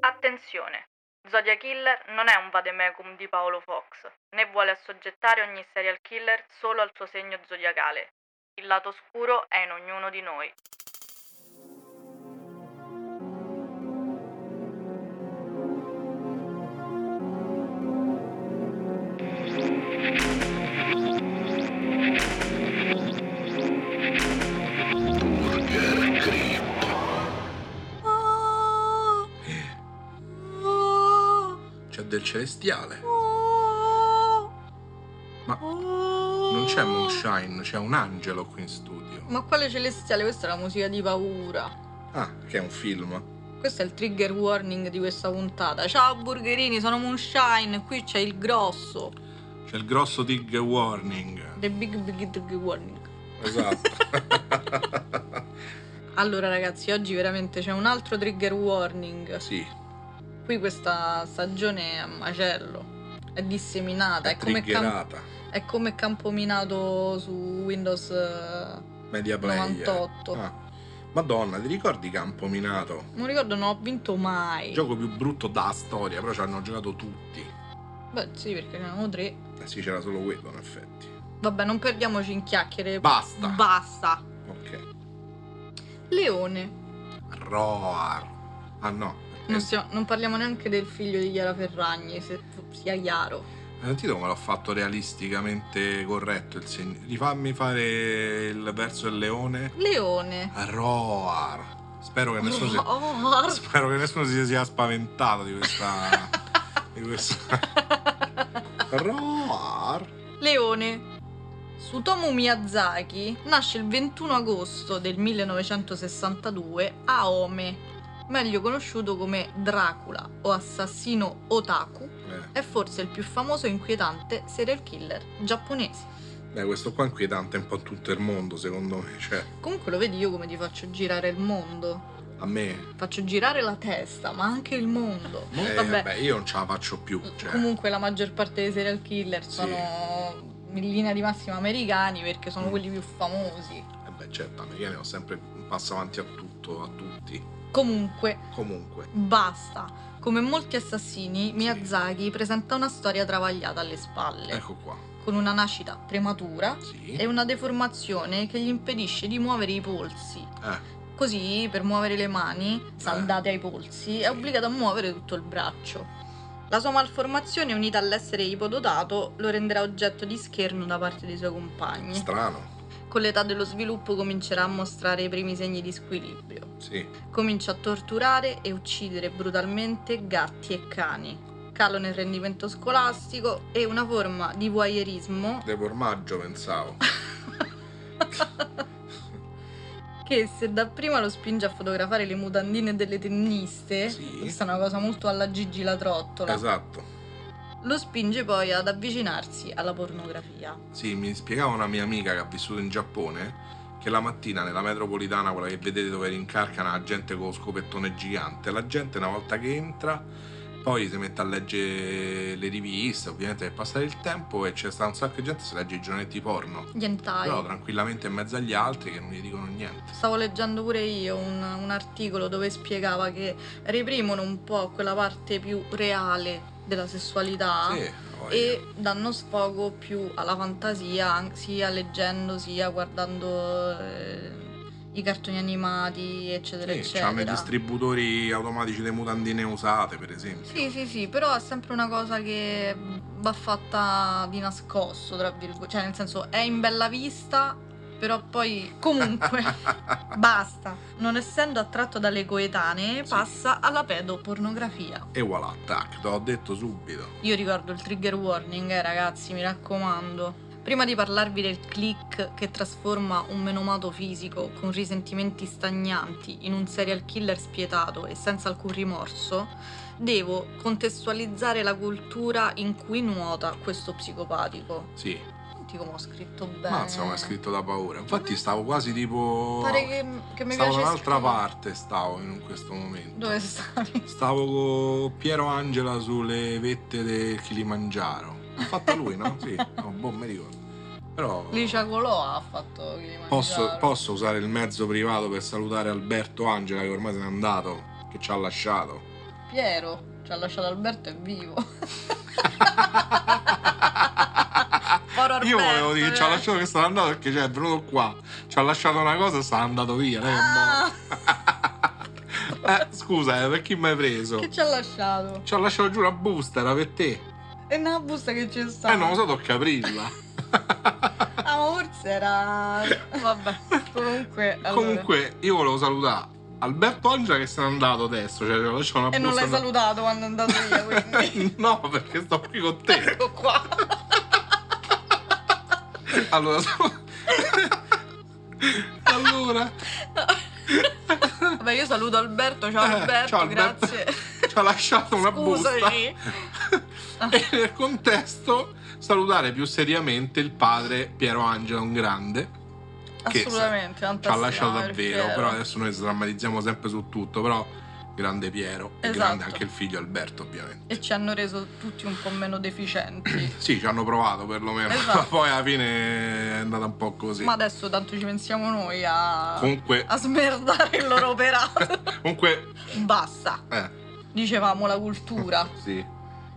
Attenzione! Zodiac Killer non è un vademecum di Paolo Fox, né vuole assoggettare ogni serial killer solo al suo segno zodiacale. Il lato oscuro è in ognuno di noi. C'è del celestiale. Ma Non non c'è Moonshine, c'è un angelo qui in studio. Ma quale celestiale? Questa è la musica di paura. Ah, che è un film. Questo è il trigger warning di questa puntata. Ciao burgerini, sono Moonshine, qui c'è il grosso. C'è il grosso Dig Warning. The big big big warning. Esatto. Allora ragazzi, oggi veramente c'è un altro trigger warning. sì, Qui questa stagione è a macello. È disseminata, è, è come, cam- triggerata. è come campominato su Windows eh, Media player. 98. Ah. Madonna, ti ricordi Campo Minato? Non ricordo, non ho vinto mai. Il gioco più brutto da storia, però ci hanno giocato tutti. Beh, sì, perché ne avevamo tre. Eh sì, c'era solo quello in effetti. Vabbè, non perdiamoci in chiacchiere. Basta. Basta. ok. Leone. Roar. Ah no. perché- Non, stiamo- non parliamo neanche del figlio di Chiara Ferragni, se sia chiaro. Hai sentito eh, come l'ho fatto realisticamente corretto il segno? Rifammi fare il verso del leone. Leone. Roar. Spero che nessuno si, Oh, spero che nessuno si sia spaventato di questa. di questa. Roar. Leone. Sutomo Miyazaki nasce il 21 agosto del 1962 a Ome, meglio conosciuto come Dracula o assassino otaku, Eh, è forse il più famoso e inquietante serial killer giapponese. beh, questo qua è inquietante un po' in tutto il mondo, secondo me. Cioè, Comunque lo vedi io come ti faccio girare il mondo. a me. Faccio girare la testa, ma anche il mondo. eh, Vabbè. vabbè, io non ce la faccio più. Cioè, Comunque la maggior parte dei serial killer Sì. sono in linea di massima americani perché sono Mm. quelli più famosi. eh beh, certo, americani ho sempre un passo avanti a tutto, a tutti. Comunque, Comunque. basta. Come molti assassini, Miyazaki presenta una storia travagliata alle spalle, Ecco qua. con una nascita prematura Sì. e una deformazione che gli impedisce di muovere i polsi. Eh, Così, per muovere le mani, saldate ai polsi, Sì. è obbligato a muovere tutto il braccio. La sua malformazione, unita all'essere ipodotato, lo renderà oggetto di scherno da parte dei suoi compagni. strano. Con l'età dello sviluppo comincerà a mostrare i primi segni di squilibrio. Sì. Comincia a torturare e uccidere brutalmente gatti e cani. Calo nel rendimento scolastico e una forma di voyeurismo De formaggio pensavo. che se dapprima lo spinge a fotografare le mutandine delle tenniste, Sì. questa è una cosa molto alla Gigi la trottola, esatto. lo spinge poi ad avvicinarsi alla pornografia. Sì, mi spiegava una mia amica che ha vissuto in Giappone che la mattina nella metropolitana, quella che vedete dove rincarcano la gente con lo scopettone gigante, la gente una volta che entra poi si mette a leggere le riviste, ovviamente per passare il tempo e c'è sta un sacco di gente che si legge i giornaletti porno. Gli hentai. Però tranquillamente in mezzo agli altri che non gli dicono niente. Stavo leggendo pure io un, un articolo dove spiegava che reprimono un po' quella parte più reale della sessualità Sì, poi- Ah. e danno sfogo più alla fantasia, an- sia leggendo, sia guardando eh, i cartoni animati, eccetera, Sì, c'hanno i eccetera. distributori automatici delle mutandine usate, per esempio. Sì, sì, sì, però è sempre una cosa che va fatta di nascosto, tra virgolette, cioè nel senso è in bella vista, però poi comunque basta. Non essendo attratto dalle coetanee, Sì. passa alla pedopornografia. E voilà, tac, te l'ho detto subito. Io ricordo il trigger warning, eh, ragazzi, mi raccomando. Prima di parlarvi del click che trasforma un menomato fisico con risentimenti stagnanti in un serial killer spietato e senza alcun rimorso, devo contestualizzare la cultura in cui nuota questo psicopatico. Sì, Senti come ho scritto bene. mazza come è scritto da paura. Infatti stavo quasi tipo... Pare che, che mi stavo piace da un'altra scrivere. parte, stavo in questo momento. Dove stavi? Stavo con Piero Angela sulle vette del Kilimangiaro. L'ha fatta lui, no? Sì, no, boh, mi ricordo. Però... Licia Colò ha fatto Kilimangiaro. Posso, posso usare il mezzo privato per salutare Alberto Angela che ormai se n'è andato? che ci ha lasciato. Piero ci ha lasciato Alberto è vivo. Poro Io volevo Alberto, dire che ci ha eh. lasciato che stava andando perché cioè, è venuto qua, ci ha lasciato una cosa e sarà andato via. lei è morto. Ah, Eh, scusa, eh, per chi mi hai preso? che ci ha lasciato? Ci ha lasciato giù una busta, era per te. È una busta che c'è stata. Eh, non lo so, tocca aprirla. Ah, ma forse era. Vabbè. Comunque. allora. Comunque, io volevo salutare Alberto Angela che se n'è andato adesso. Cioè, ci ha lasciato una E non l'hai busta. salutato quando è andato via, quindi. no, perché sto qui con te. Ecco qua. Allora, sal- allora Vabbè, io saluto Alberto. Ciao Eh, Alberto, ciao, Alberto. grazie. ci ha lasciato una busta. Scusaci. e nel contesto salutare più seriamente il padre Piero Angela, un grande. Che Assolutamente. Ci ha fantastico, lasciato perché davvero, ero- però adesso noi drammatizziamo sempre su tutto, però grande Piero e Esatto. grande anche il figlio Alberto ovviamente. E ci hanno reso tutti un po' meno deficienti. Sì, ci hanno provato perlomeno, Esatto. ma poi alla fine è andata un po' così. Ma adesso tanto ci pensiamo noi a. Comunque, a smerdare il loro operato. comunque, Basta. eh, Dicevamo la cultura. sì,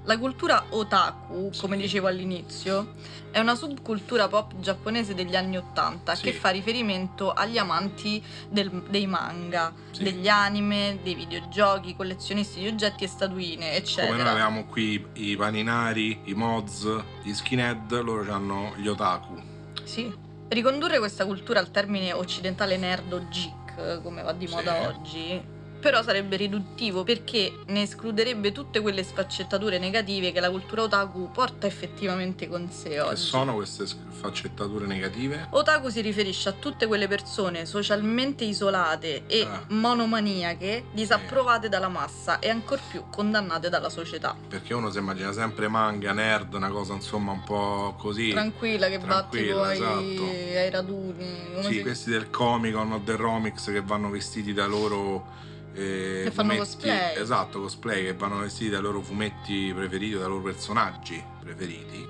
La cultura otaku, come Sì. dicevo all'inizio, è una subcultura pop giapponese degli anni Ottanta Sì. che fa riferimento agli amanti del- dei manga, Sì. degli anime, dei videogiochi, collezionisti di oggetti e statuine, come noi eccetera. avevamo qui i i paninari, i mods, gli skinhead, loro hanno gli otaku. Sì. Ricondurre questa cultura al termine occidentale nerd o geek, come va di Sì. moda oggi, però sarebbe riduttivo perché ne escluderebbe tutte quelle sfaccettature negative che la cultura otaku porta effettivamente con sé Che oggi. sono queste sc- faccettature negative? Otaku si riferisce a tutte quelle persone socialmente isolate e Ah. Eh. monomaniache, disapprovate dalla massa e ancor più condannate dalla società. Perché uno si immagina sempre manga, nerd, una cosa insomma un po' così. Tranquilla che Tranquilla, va tipo ai- esatto. ai, raduni, come Sì, si- questi del Comic Con o del Romix che vanno vestiti dai loro. eh, Che fanno fumetti- cosplay. Esatto, cosplay che vanno vestiti dai loro fumetti preferiti o dai loro personaggi preferiti.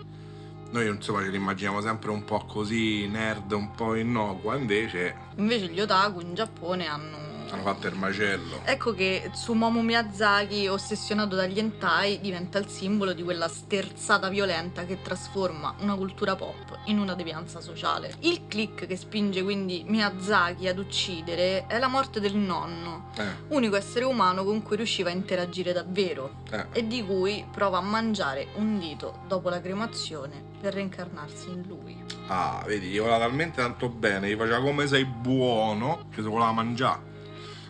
Noi insomma ce li immaginiamo sempre un po' così, nerd, un po' innocua, invece Invece gli otaku in Giappone hanno... hanno fatto il macello. Ecco che Tsumomu Miyazaki, ossessionato dagli hentai, diventa il simbolo di quella sterzata violenta che trasforma una cultura pop in una devianza sociale. Il click che spinge quindi Miyazaki ad uccidere è la morte del nonno, Eh, unico essere umano con cui riusciva a interagire davvero eh. e di cui prova a mangiare un dito dopo la cremazione per reincarnarsi in lui. Ah, vedi, gli voleva talmente tanto bene, gli faceva come sei buono, che si voleva mangiare.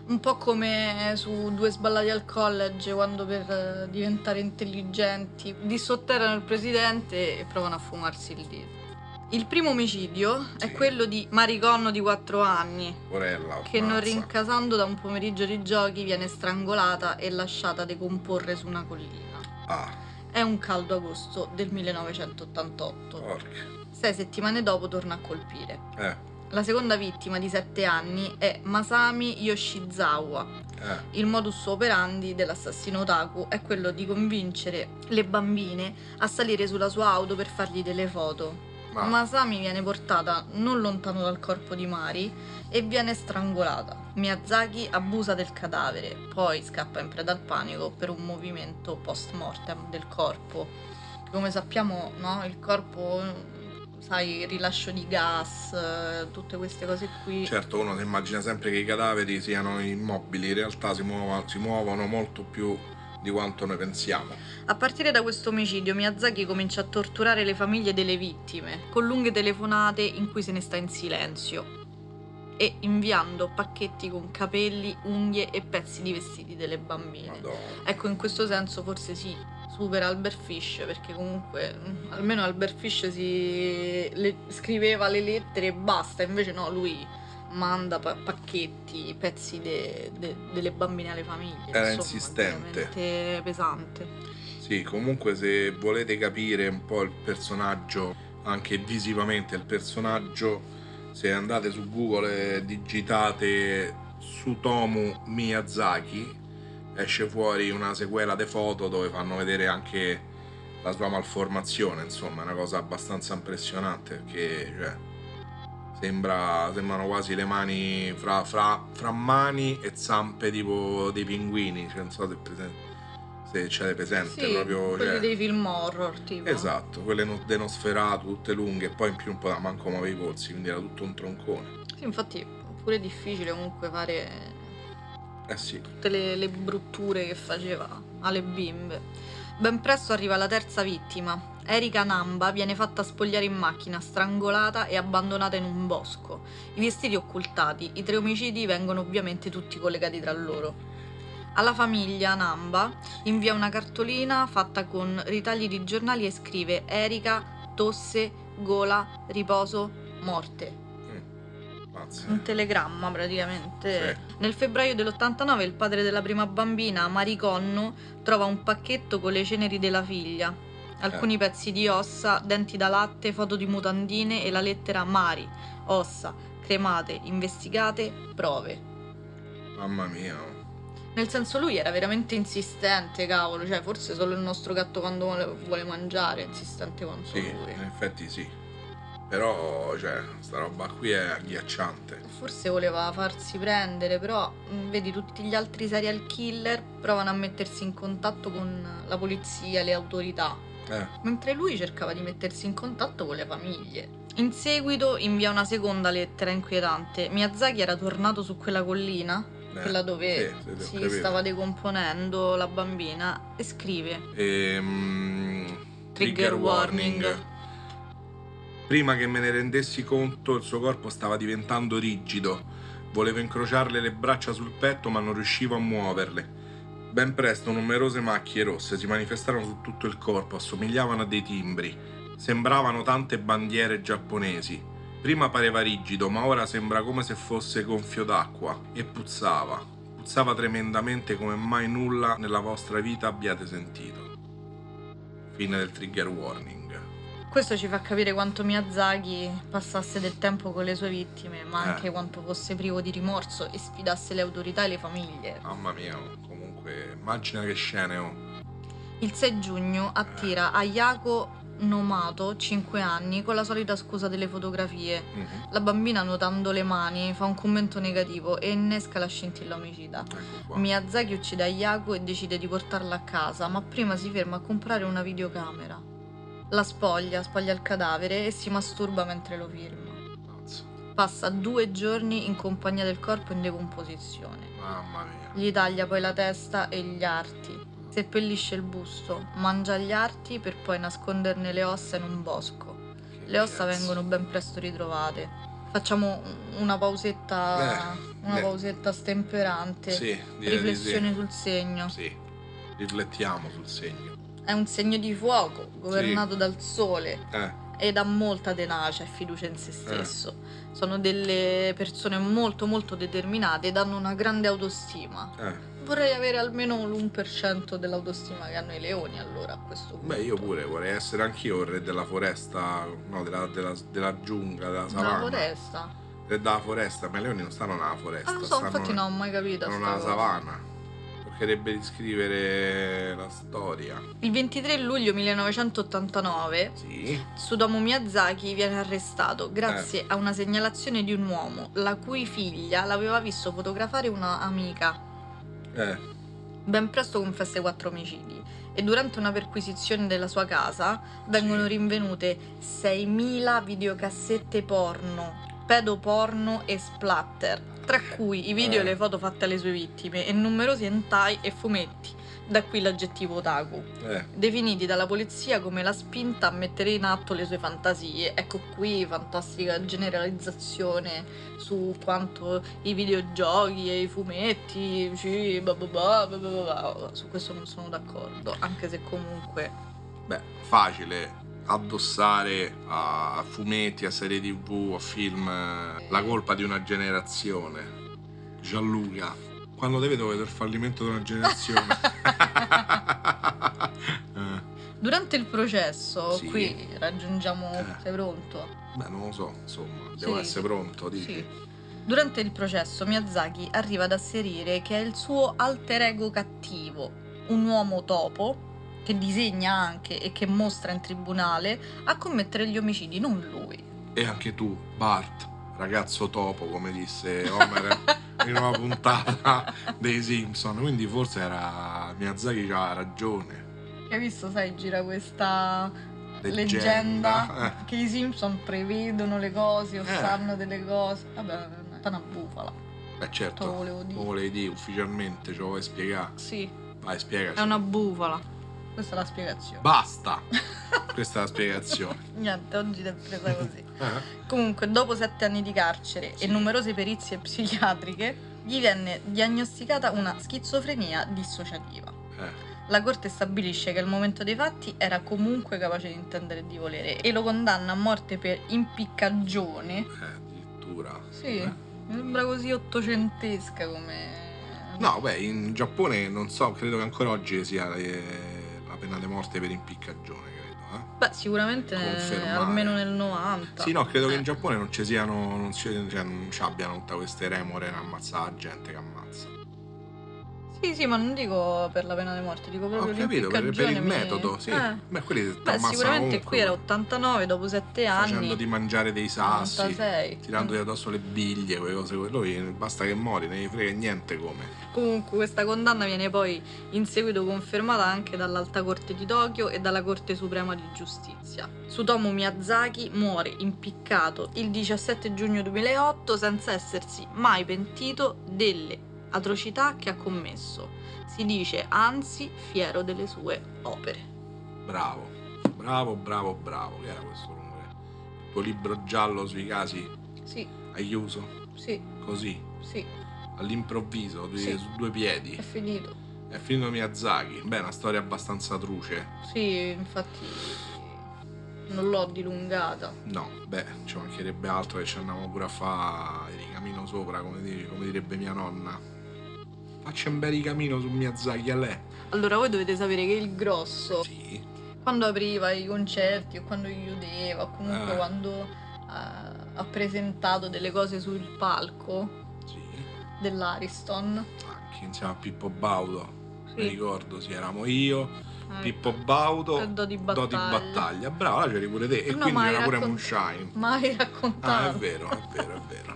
Un po' come su Due sballati al college, quando per eh, diventare intelligenti dissotterrano il presidente e provano a fumarsi il dito. Il primo omicidio Sì. è quello di Mariconno di 4 anni, Orella. che non ammazza. rincasando da un pomeriggio di giochi viene strangolata e lasciata decomporre su una collina. Ah, È un caldo agosto del 1988. porca. Sei settimane dopo torna a colpire. Eh, La seconda vittima di 7 anni è Masami Yoshizawa, eh. il modus operandi dell'assassino Otaku è quello di convincere le bambine a salire sulla sua auto per fargli delle foto. Ma, Masami viene portata non lontano dal corpo di Mari e viene strangolata. Miyazaki abusa del cadavere, poi scappa in preda al panico per un movimento post mortem del corpo. Come sappiamo, no? Il corpo, sai, il rilascio di gas, eh, tutte queste cose qui. certo, uno si immagina sempre che i cadaveri siano immobili, in realtà si, muova- si muovono molto più di quanto noi pensiamo. A partire da questo omicidio, Miyazaki comincia a torturare le famiglie delle vittime, con lunghe telefonate in cui se ne sta in silenzio e inviando pacchetti con capelli, unghie e pezzi di vestiti delle bambine. Madonna. Ecco, in questo senso forse sì, supera Albert Fish, perché comunque mm, almeno Albert Fish si le- scriveva le lettere e basta, invece no, lui manda pa- pacchetti, pezzi de- de- delle bambine alle famiglie. Era insomma, insistente. veramente pesante. Sì, comunque se volete capire un po' il personaggio, anche visivamente il personaggio, se andate su Google e digitate Sutomu Miyazaki, esce fuori una sequela di foto dove fanno vedere anche la sua malformazione, insomma, è una cosa abbastanza impressionante perché cioè, Sembra- sembrano quasi le mani fra, fra- fra mani e zampe tipo dei pinguini. Cioè, non so se, presen- se c'è presente Sì, proprio. quelli cioè- dei film horror, tipo. Esatto, quelle no- denosferate, tutte lunghe, e poi in più un po' da manco muove i polsi, quindi era tutto un troncone. Sì, infatti pure è difficile comunque fare Eh sì, tutte le, le brutture che faceva alle bimbe. Ben presto arriva la terza vittima. Erika Namba viene fatta spogliare in macchina, strangolata e abbandonata in un bosco. I vestiti occultati, i tre omicidi vengono ovviamente tutti collegati tra loro. Alla famiglia Namba invia una cartolina fatta con ritagli di giornali e scrive Erika, tosse, gola, riposo, morte pazzi. un telegramma praticamente. Sì. Nel febbraio dell'89 il padre della prima bambina, Mariconno, trova un pacchetto con le ceneri della figlia. Eh. Alcuni pezzi di ossa, denti da latte, foto di mutandine e la lettera Mari, ossa, cremate, investigate, prove. Mamma mia. oh, Nel senso lui era veramente insistente, cavolo, cioè forse solo il nostro gatto quando vuole- vuole mangiare, è insistente quanto Sì, eh. in lui. effetti sì. Però, cioè, sta roba qui è agghiacciante. Forse voleva farsi prendere, però mh, vedi tutti gli altri serial killer provano a mettersi in contatto con la polizia, le autorità, Eh, mentre lui cercava di mettersi in contatto con le famiglie. In seguito invia una seconda lettera inquietante. Miyazaki era tornato su quella collina, eh, quella dove sì, sì, ho si capito. stava decomponendo la bambina, e scrive. Ehm, Trigger warning. Prima che me ne rendessi conto, il suo corpo stava diventando rigido. Volevo incrociarle le braccia sul petto, ma non riuscivo a muoverle. Ben presto numerose macchie rosse si manifestarono su tutto il corpo, assomigliavano a dei timbri. Sembravano tante bandiere giapponesi. Prima pareva rigido, ma ora sembra come se fosse gonfio d'acqua e puzzava. Puzzava tremendamente come mai nulla nella vostra vita abbiate sentito. Fine del trigger warning. Questo ci fa capire quanto Miyazaki passasse del tempo con le sue vittime, ma Eh. anche quanto fosse privo di rimorso e sfidasse le autorità e le famiglie. Mamma mia, oh, comunque, immagina che scene oh. ho. Il 6 giugno attira Ayako Nomato, 5 anni, con la solita scusa delle fotografie. La bambina nuotando le mani fa un commento negativo e innesca la scintilla omicida. Ecco qua. Miyazaki uccide Ayako e decide di portarla a casa, ma prima si ferma a comprare una videocamera. La spoglia, spoglia il cadavere e si masturba mentre lo filma. Cazzo. Passa due giorni in compagnia del corpo in decomposizione. Mamma mia. Gli taglia poi la testa e gli arti. Seppellisce il busto, mangia gli arti per poi nasconderne le ossa in un bosco. Che Le ossa cazzo. vengono ben presto ritrovate. Facciamo una pausetta. Eh, una eh. pausetta stemperante. Sì, direi di sì. Riflessione sul segno. Sì. Riflettiamo sul segno. È un segno di fuoco, governato dal sole Eh, ed ha molta tenacia e fiducia in se stesso. Sono delle persone molto molto determinate ed hanno una grande autostima. eh. Vorrei avere almeno l'1% dell'autostima che hanno i leoni allora a questo punto. Beh, io pure vorrei essere anch'io il re della foresta, no, della, della, della giungla, della Della savana. foresta. Re della foresta, ma i leoni non stanno nella foresta, Ah, lo so, stanno, infatti Ah, non ho mai capito. stanno sta nella cosa. savana. Toccherebbe di scrivere la storia. Il 23 luglio 1989 Sì. Tsutomu Miyazaki viene arrestato grazie Eh. a una segnalazione di un uomo la cui figlia l'aveva visto fotografare una amica. Eh, Ben presto confessa i quattro omicidi e durante una perquisizione della sua casa vengono Sì. rinvenute 6.000 videocassette porno, pedoporno e splatter, tra cui i video Eh. e le foto fatte alle sue vittime e numerosi hentai e fumetti, da qui l'aggettivo otaku, eh. definiti dalla polizia come la spinta a mettere in atto le sue fantasie. Ecco qui fantastica generalizzazione su quanto i videogiochi e i fumetti, sì, bla bla bla, bla bla bla. su questo non sono d'accordo, anche se comunque Beh, facile addossare a fumetti, a serie tv, a film eh, la colpa di una generazione. Gianluca, quando te vedo vedo il fallimento di una generazione. Eh, Durante il processo, Sì. qui raggiungiamo. Eh. Sei pronto? Beh, non lo so, insomma, devo Sì. essere pronto, dici. Durante il processo, Miyazaki arriva ad asserire che è il suo alter ego cattivo, un uomo topo che disegna anche e che mostra in tribunale a commettere gli omicidi, non lui. E anche tu, Bart, ragazzo topo, come disse Homer in una puntata dei Simpson. Quindi forse era Miyazaki che aveva ragione. Hai visto, sai, gira questa leggenda, Leggenda. che i Simpson prevedono le cose o Eh. sanno delle cose. Vabbè, è una bufala, Beh, te lo certo. volevo dire. Lo volevi dire ufficialmente, ce lo vuoi spiegare? Sì, Vai, spiegaci. è una bufala. Questa è la spiegazione. Basta! Questa è la spiegazione. Niente, oggi l'ho presa così. Eh? Comunque, dopo sette anni di carcere Sì. e numerose perizie psichiatriche, gli venne diagnosticata una schizofrenia dissociativa. Eh. La corte stabilisce che al momento dei fatti era comunque capace di intendere e di volere e lo condanna a morte per impiccagione. Eh, addirittura. Sì, Eh. mi sembra così ottocentesca come... No, beh, in Giappone non so, credo che ancora oggi sia eh, la pena di morte per impiccagione, credo. Beh, sicuramente eh, Confermare. almeno nel 90. eh. Sì, no, credo che in Eh. Giappone non ci siano, non ci, cioè, non ci abbiano tutte queste remore a ammazzare la gente che ammazza. Sì, sì, ma non dico per la pena di morte, dico Ho proprio capito, per, per l'impiccagione il mi- metodo, sì. Eh. Beh, quelli ti Beh, ammazzano sicuramente comunque, qui era 89, dopo 7 anni. facendo di mangiare dei sassi, 96. tirandoti addosso le biglie, quelle cose, quello lì, basta che muori, non gli frega niente come. Comunque questa condanna viene poi in seguito confermata anche dall'Alta Corte di Tokyo e dalla Corte Suprema di Giustizia. Tsutomu Miyazaki muore impiccato il 17 giugno 2008 senza essersi mai pentito delle atrocità che ha commesso. Si dice anzi fiero delle sue opere. Bravo, bravo, bravo, bravo, che era questo rumore? Il tuo libro giallo sui casi Sì, hai chiuso? sì, Così, sì, all'improvviso, due- Sì. su due piedi. finito. È finito Miyazaki. Beh, una storia abbastanza truce. Sì, infatti non l'ho dilungata. No, beh, ci mancherebbe altro che ci andiamo pure a fare il ricamino sopra, come, di- come direbbe mia nonna. Faccia un bel ricamino su Miyazaki a lei. Allora voi dovete sapere che il grosso Sì. quando apriva i concerti o quando li chiudeva o comunque Eh. quando eh, ha presentato delle cose sul palco Sì. dell'Ariston. Anche insieme a Pippo Baudo. Mi Sì. ricordo, sì, eravamo io, Eh, Pippo Baudo, e Dodi Dodi Battaglia. Battaglia. Brava, là c'eri pure te. E No, quindi ma hai c'era pure raccont- Moonshine. Mai Ah, è raccontato. vero, è vero, è vero.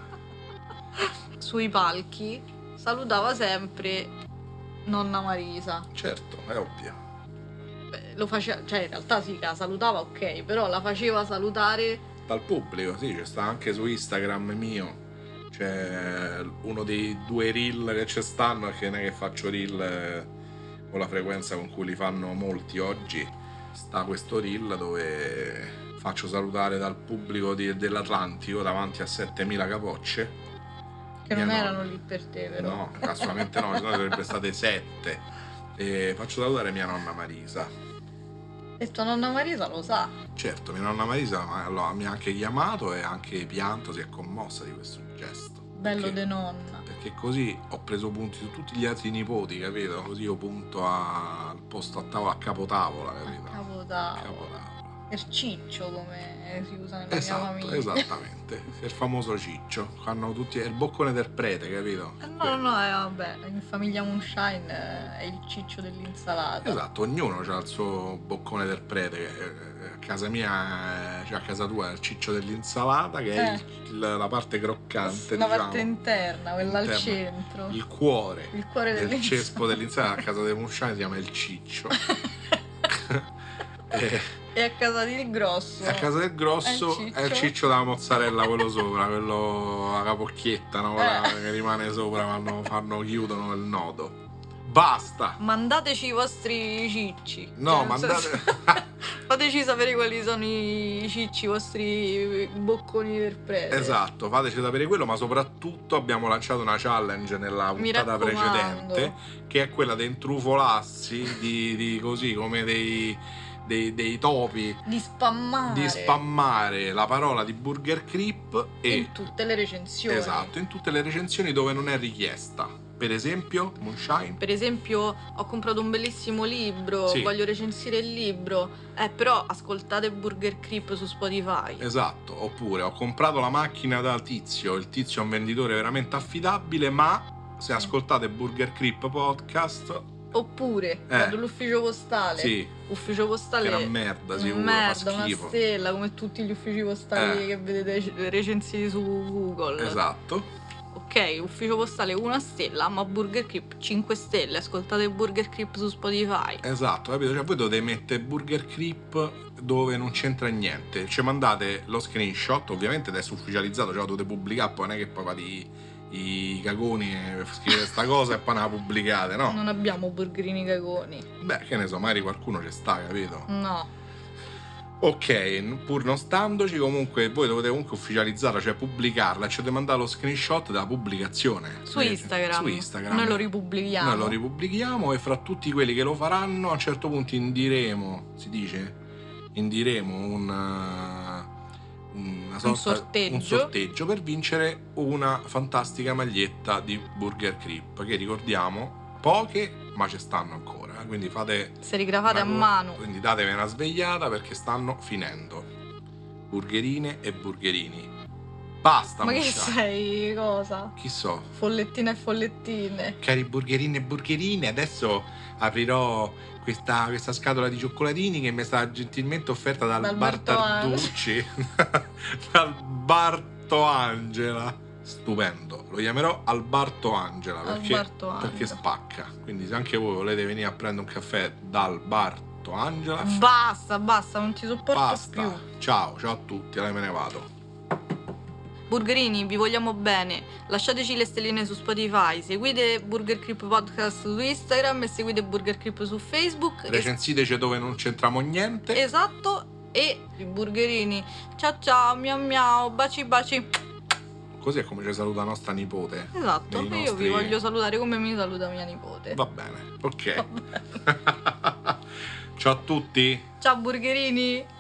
Sui palchi salutava sempre nonna Marisa. Certo, è ovvio. Beh, lo faceva, cioè in realtà sì, la salutava ok, però la faceva salutare dal pubblico, sì, c'è sta anche su Instagram mio. C'è uno dei due reel che ci stanno, perché non è che faccio reel eh, con la frequenza con cui li fanno molti oggi. Sta questo reel dove faccio salutare dal pubblico di- dell'Atlantico davanti a 7000 capocce. che Mia non nonna. erano lì per te, però. No, assolutamente no, sennò sarebbe state 7. E faccio salutare mia nonna Marisa. E tua nonna Marisa lo sa. Certo, mia nonna Marisa ma- allora, mi ha anche chiamato e ha anche pianto, si è commossa di questo gesto. Bello Perché- de nonna. Perché così ho preso punti su tutti gli altri nipoti, capito? Così io punto a- al posto a tavola, a capotavola, capito? Ah, Capoda. Capotavola. Il ciccio come si usa nella mia Esatto, famiglia. esattamente. Il famoso ciccio, hanno tutti, è il boccone del prete, capito? Eh, No, no, no, eh, vabbè, in famiglia Moonshine eh, è il ciccio dell'insalata. Esatto, ognuno ha il suo boccone del prete. eh, A casa mia, eh, cioè a casa tua, è il ciccio dell'insalata, che è Eh. il- il- la parte croccante, La diciamo. parte interna, quella al Interna. centro. il cuore Il cuore del dell'insalata. cespo dell'insalata a casa dei Musciani si chiama il ciccio. Eh, e a casa del grosso. a casa del grosso È il è il ciccio. ciccio della mozzarella, quello sopra, quello a capocchietta, no? La- Eh. che rimane sopra, fanno, fanno- chiudono il nodo. Basta! Mandateci i vostri cicci. No, Cioè, nel mandate- senso- Fateci sapere quali sono i cicci, i vostri bocconi del prete. Esatto, fateci sapere quello, ma soprattutto abbiamo lanciato una challenge nella Mi puntata raccomando. precedente, che è quella di intrufolarsi di, di così come dei- dei- dei topi Di spammare. di spammare la parola di Burger Creep e in tutte le recensioni. esatto, in tutte le recensioni dove non è richiesta. Per esempio, Moonshine. Per esempio, ho comprato un bellissimo libro, Sì. voglio recensire il libro, eh, però ascoltate Burger Creep su Spotify. Esatto, oppure ho comprato la macchina da tizio, il tizio è un venditore veramente affidabile, ma se ascoltate Burger Creep podcast Oppure vado all'ufficio postale. Eh. Sì, Ufficio che postale. era merda sicuro, merda, fa una schifo. stella come tutti gli uffici postali Eh. che vedete recensiti su Google. Esatto. Ok, ufficio postale una stella, ma Burger Clip 5 stelle. Ascoltate Burger Clip su Spotify. Esatto, capito? Cioè voi dovete mettere Burger Clip dove non c'entra niente. Ci mandate lo screenshot, ovviamente adesso ufficializzato, cioè lo dovete pubblicare, poi non è che poi fate i, i cagoni e scrivete sta cosa e poi non la pubblicate, no? Non abbiamo burgerini cagoni. Beh, che ne so, magari qualcuno ci sta, capito? No. Ok, n- pur non standoci, comunque voi dovete comunque ufficializzarla, cioè pubblicarla, ci dovete mandare lo screenshot della pubblicazione. Su Invece- Instagram. Eh, Su Instagram. Noi lo ripubblichiamo. Noi lo ripubblichiamo e fra tutti quelli che lo faranno a un certo punto indiremo, si dice? Indiremo eh, un una sorta, sorteggio. un sorteggio per vincere una fantastica maglietta di Burger Crip che ricordiamo poche ma ci stanno ancora eh, quindi fate Serigrafate a Allora, mano. Quindi datevi una svegliata perché stanno finendo. Burgerine e burgerini. Basta, Ma che moscia. sei cosa? Chi so? Follettine e follettine. Cari burgerini e burgerine, adesso aprirò questa, questa scatola di cioccolatini che mi è stata gentilmente offerta dal, Dal bar Berto An- Tarducci. dal Barto Angela. Stupendo, lo chiamerò Alberto Angela perché Alberto Angela. perché spacca. Quindi se anche voi volete venire a prendere un caffè dal Barto Angela, Basta, basta, non ti sopporto basta. più. Ciao, ciao a tutti, allora me ne vado. Burgerini, vi vogliamo bene. Lasciateci le stelline su Spotify, seguite Burger Clip Podcast su Instagram e seguite Burger Clip su Facebook. E- Recensiteci dove non c'entriamo niente. esatto. E i burgerini. Ciao ciao, miau miau, baci baci. Così è come ci saluta nostra nipote. Esatto, Dei io nostri- vi voglio salutare come mi saluta mia nipote. Va bene, ok. Vabbè. ciao a tutti. Ciao burgerini.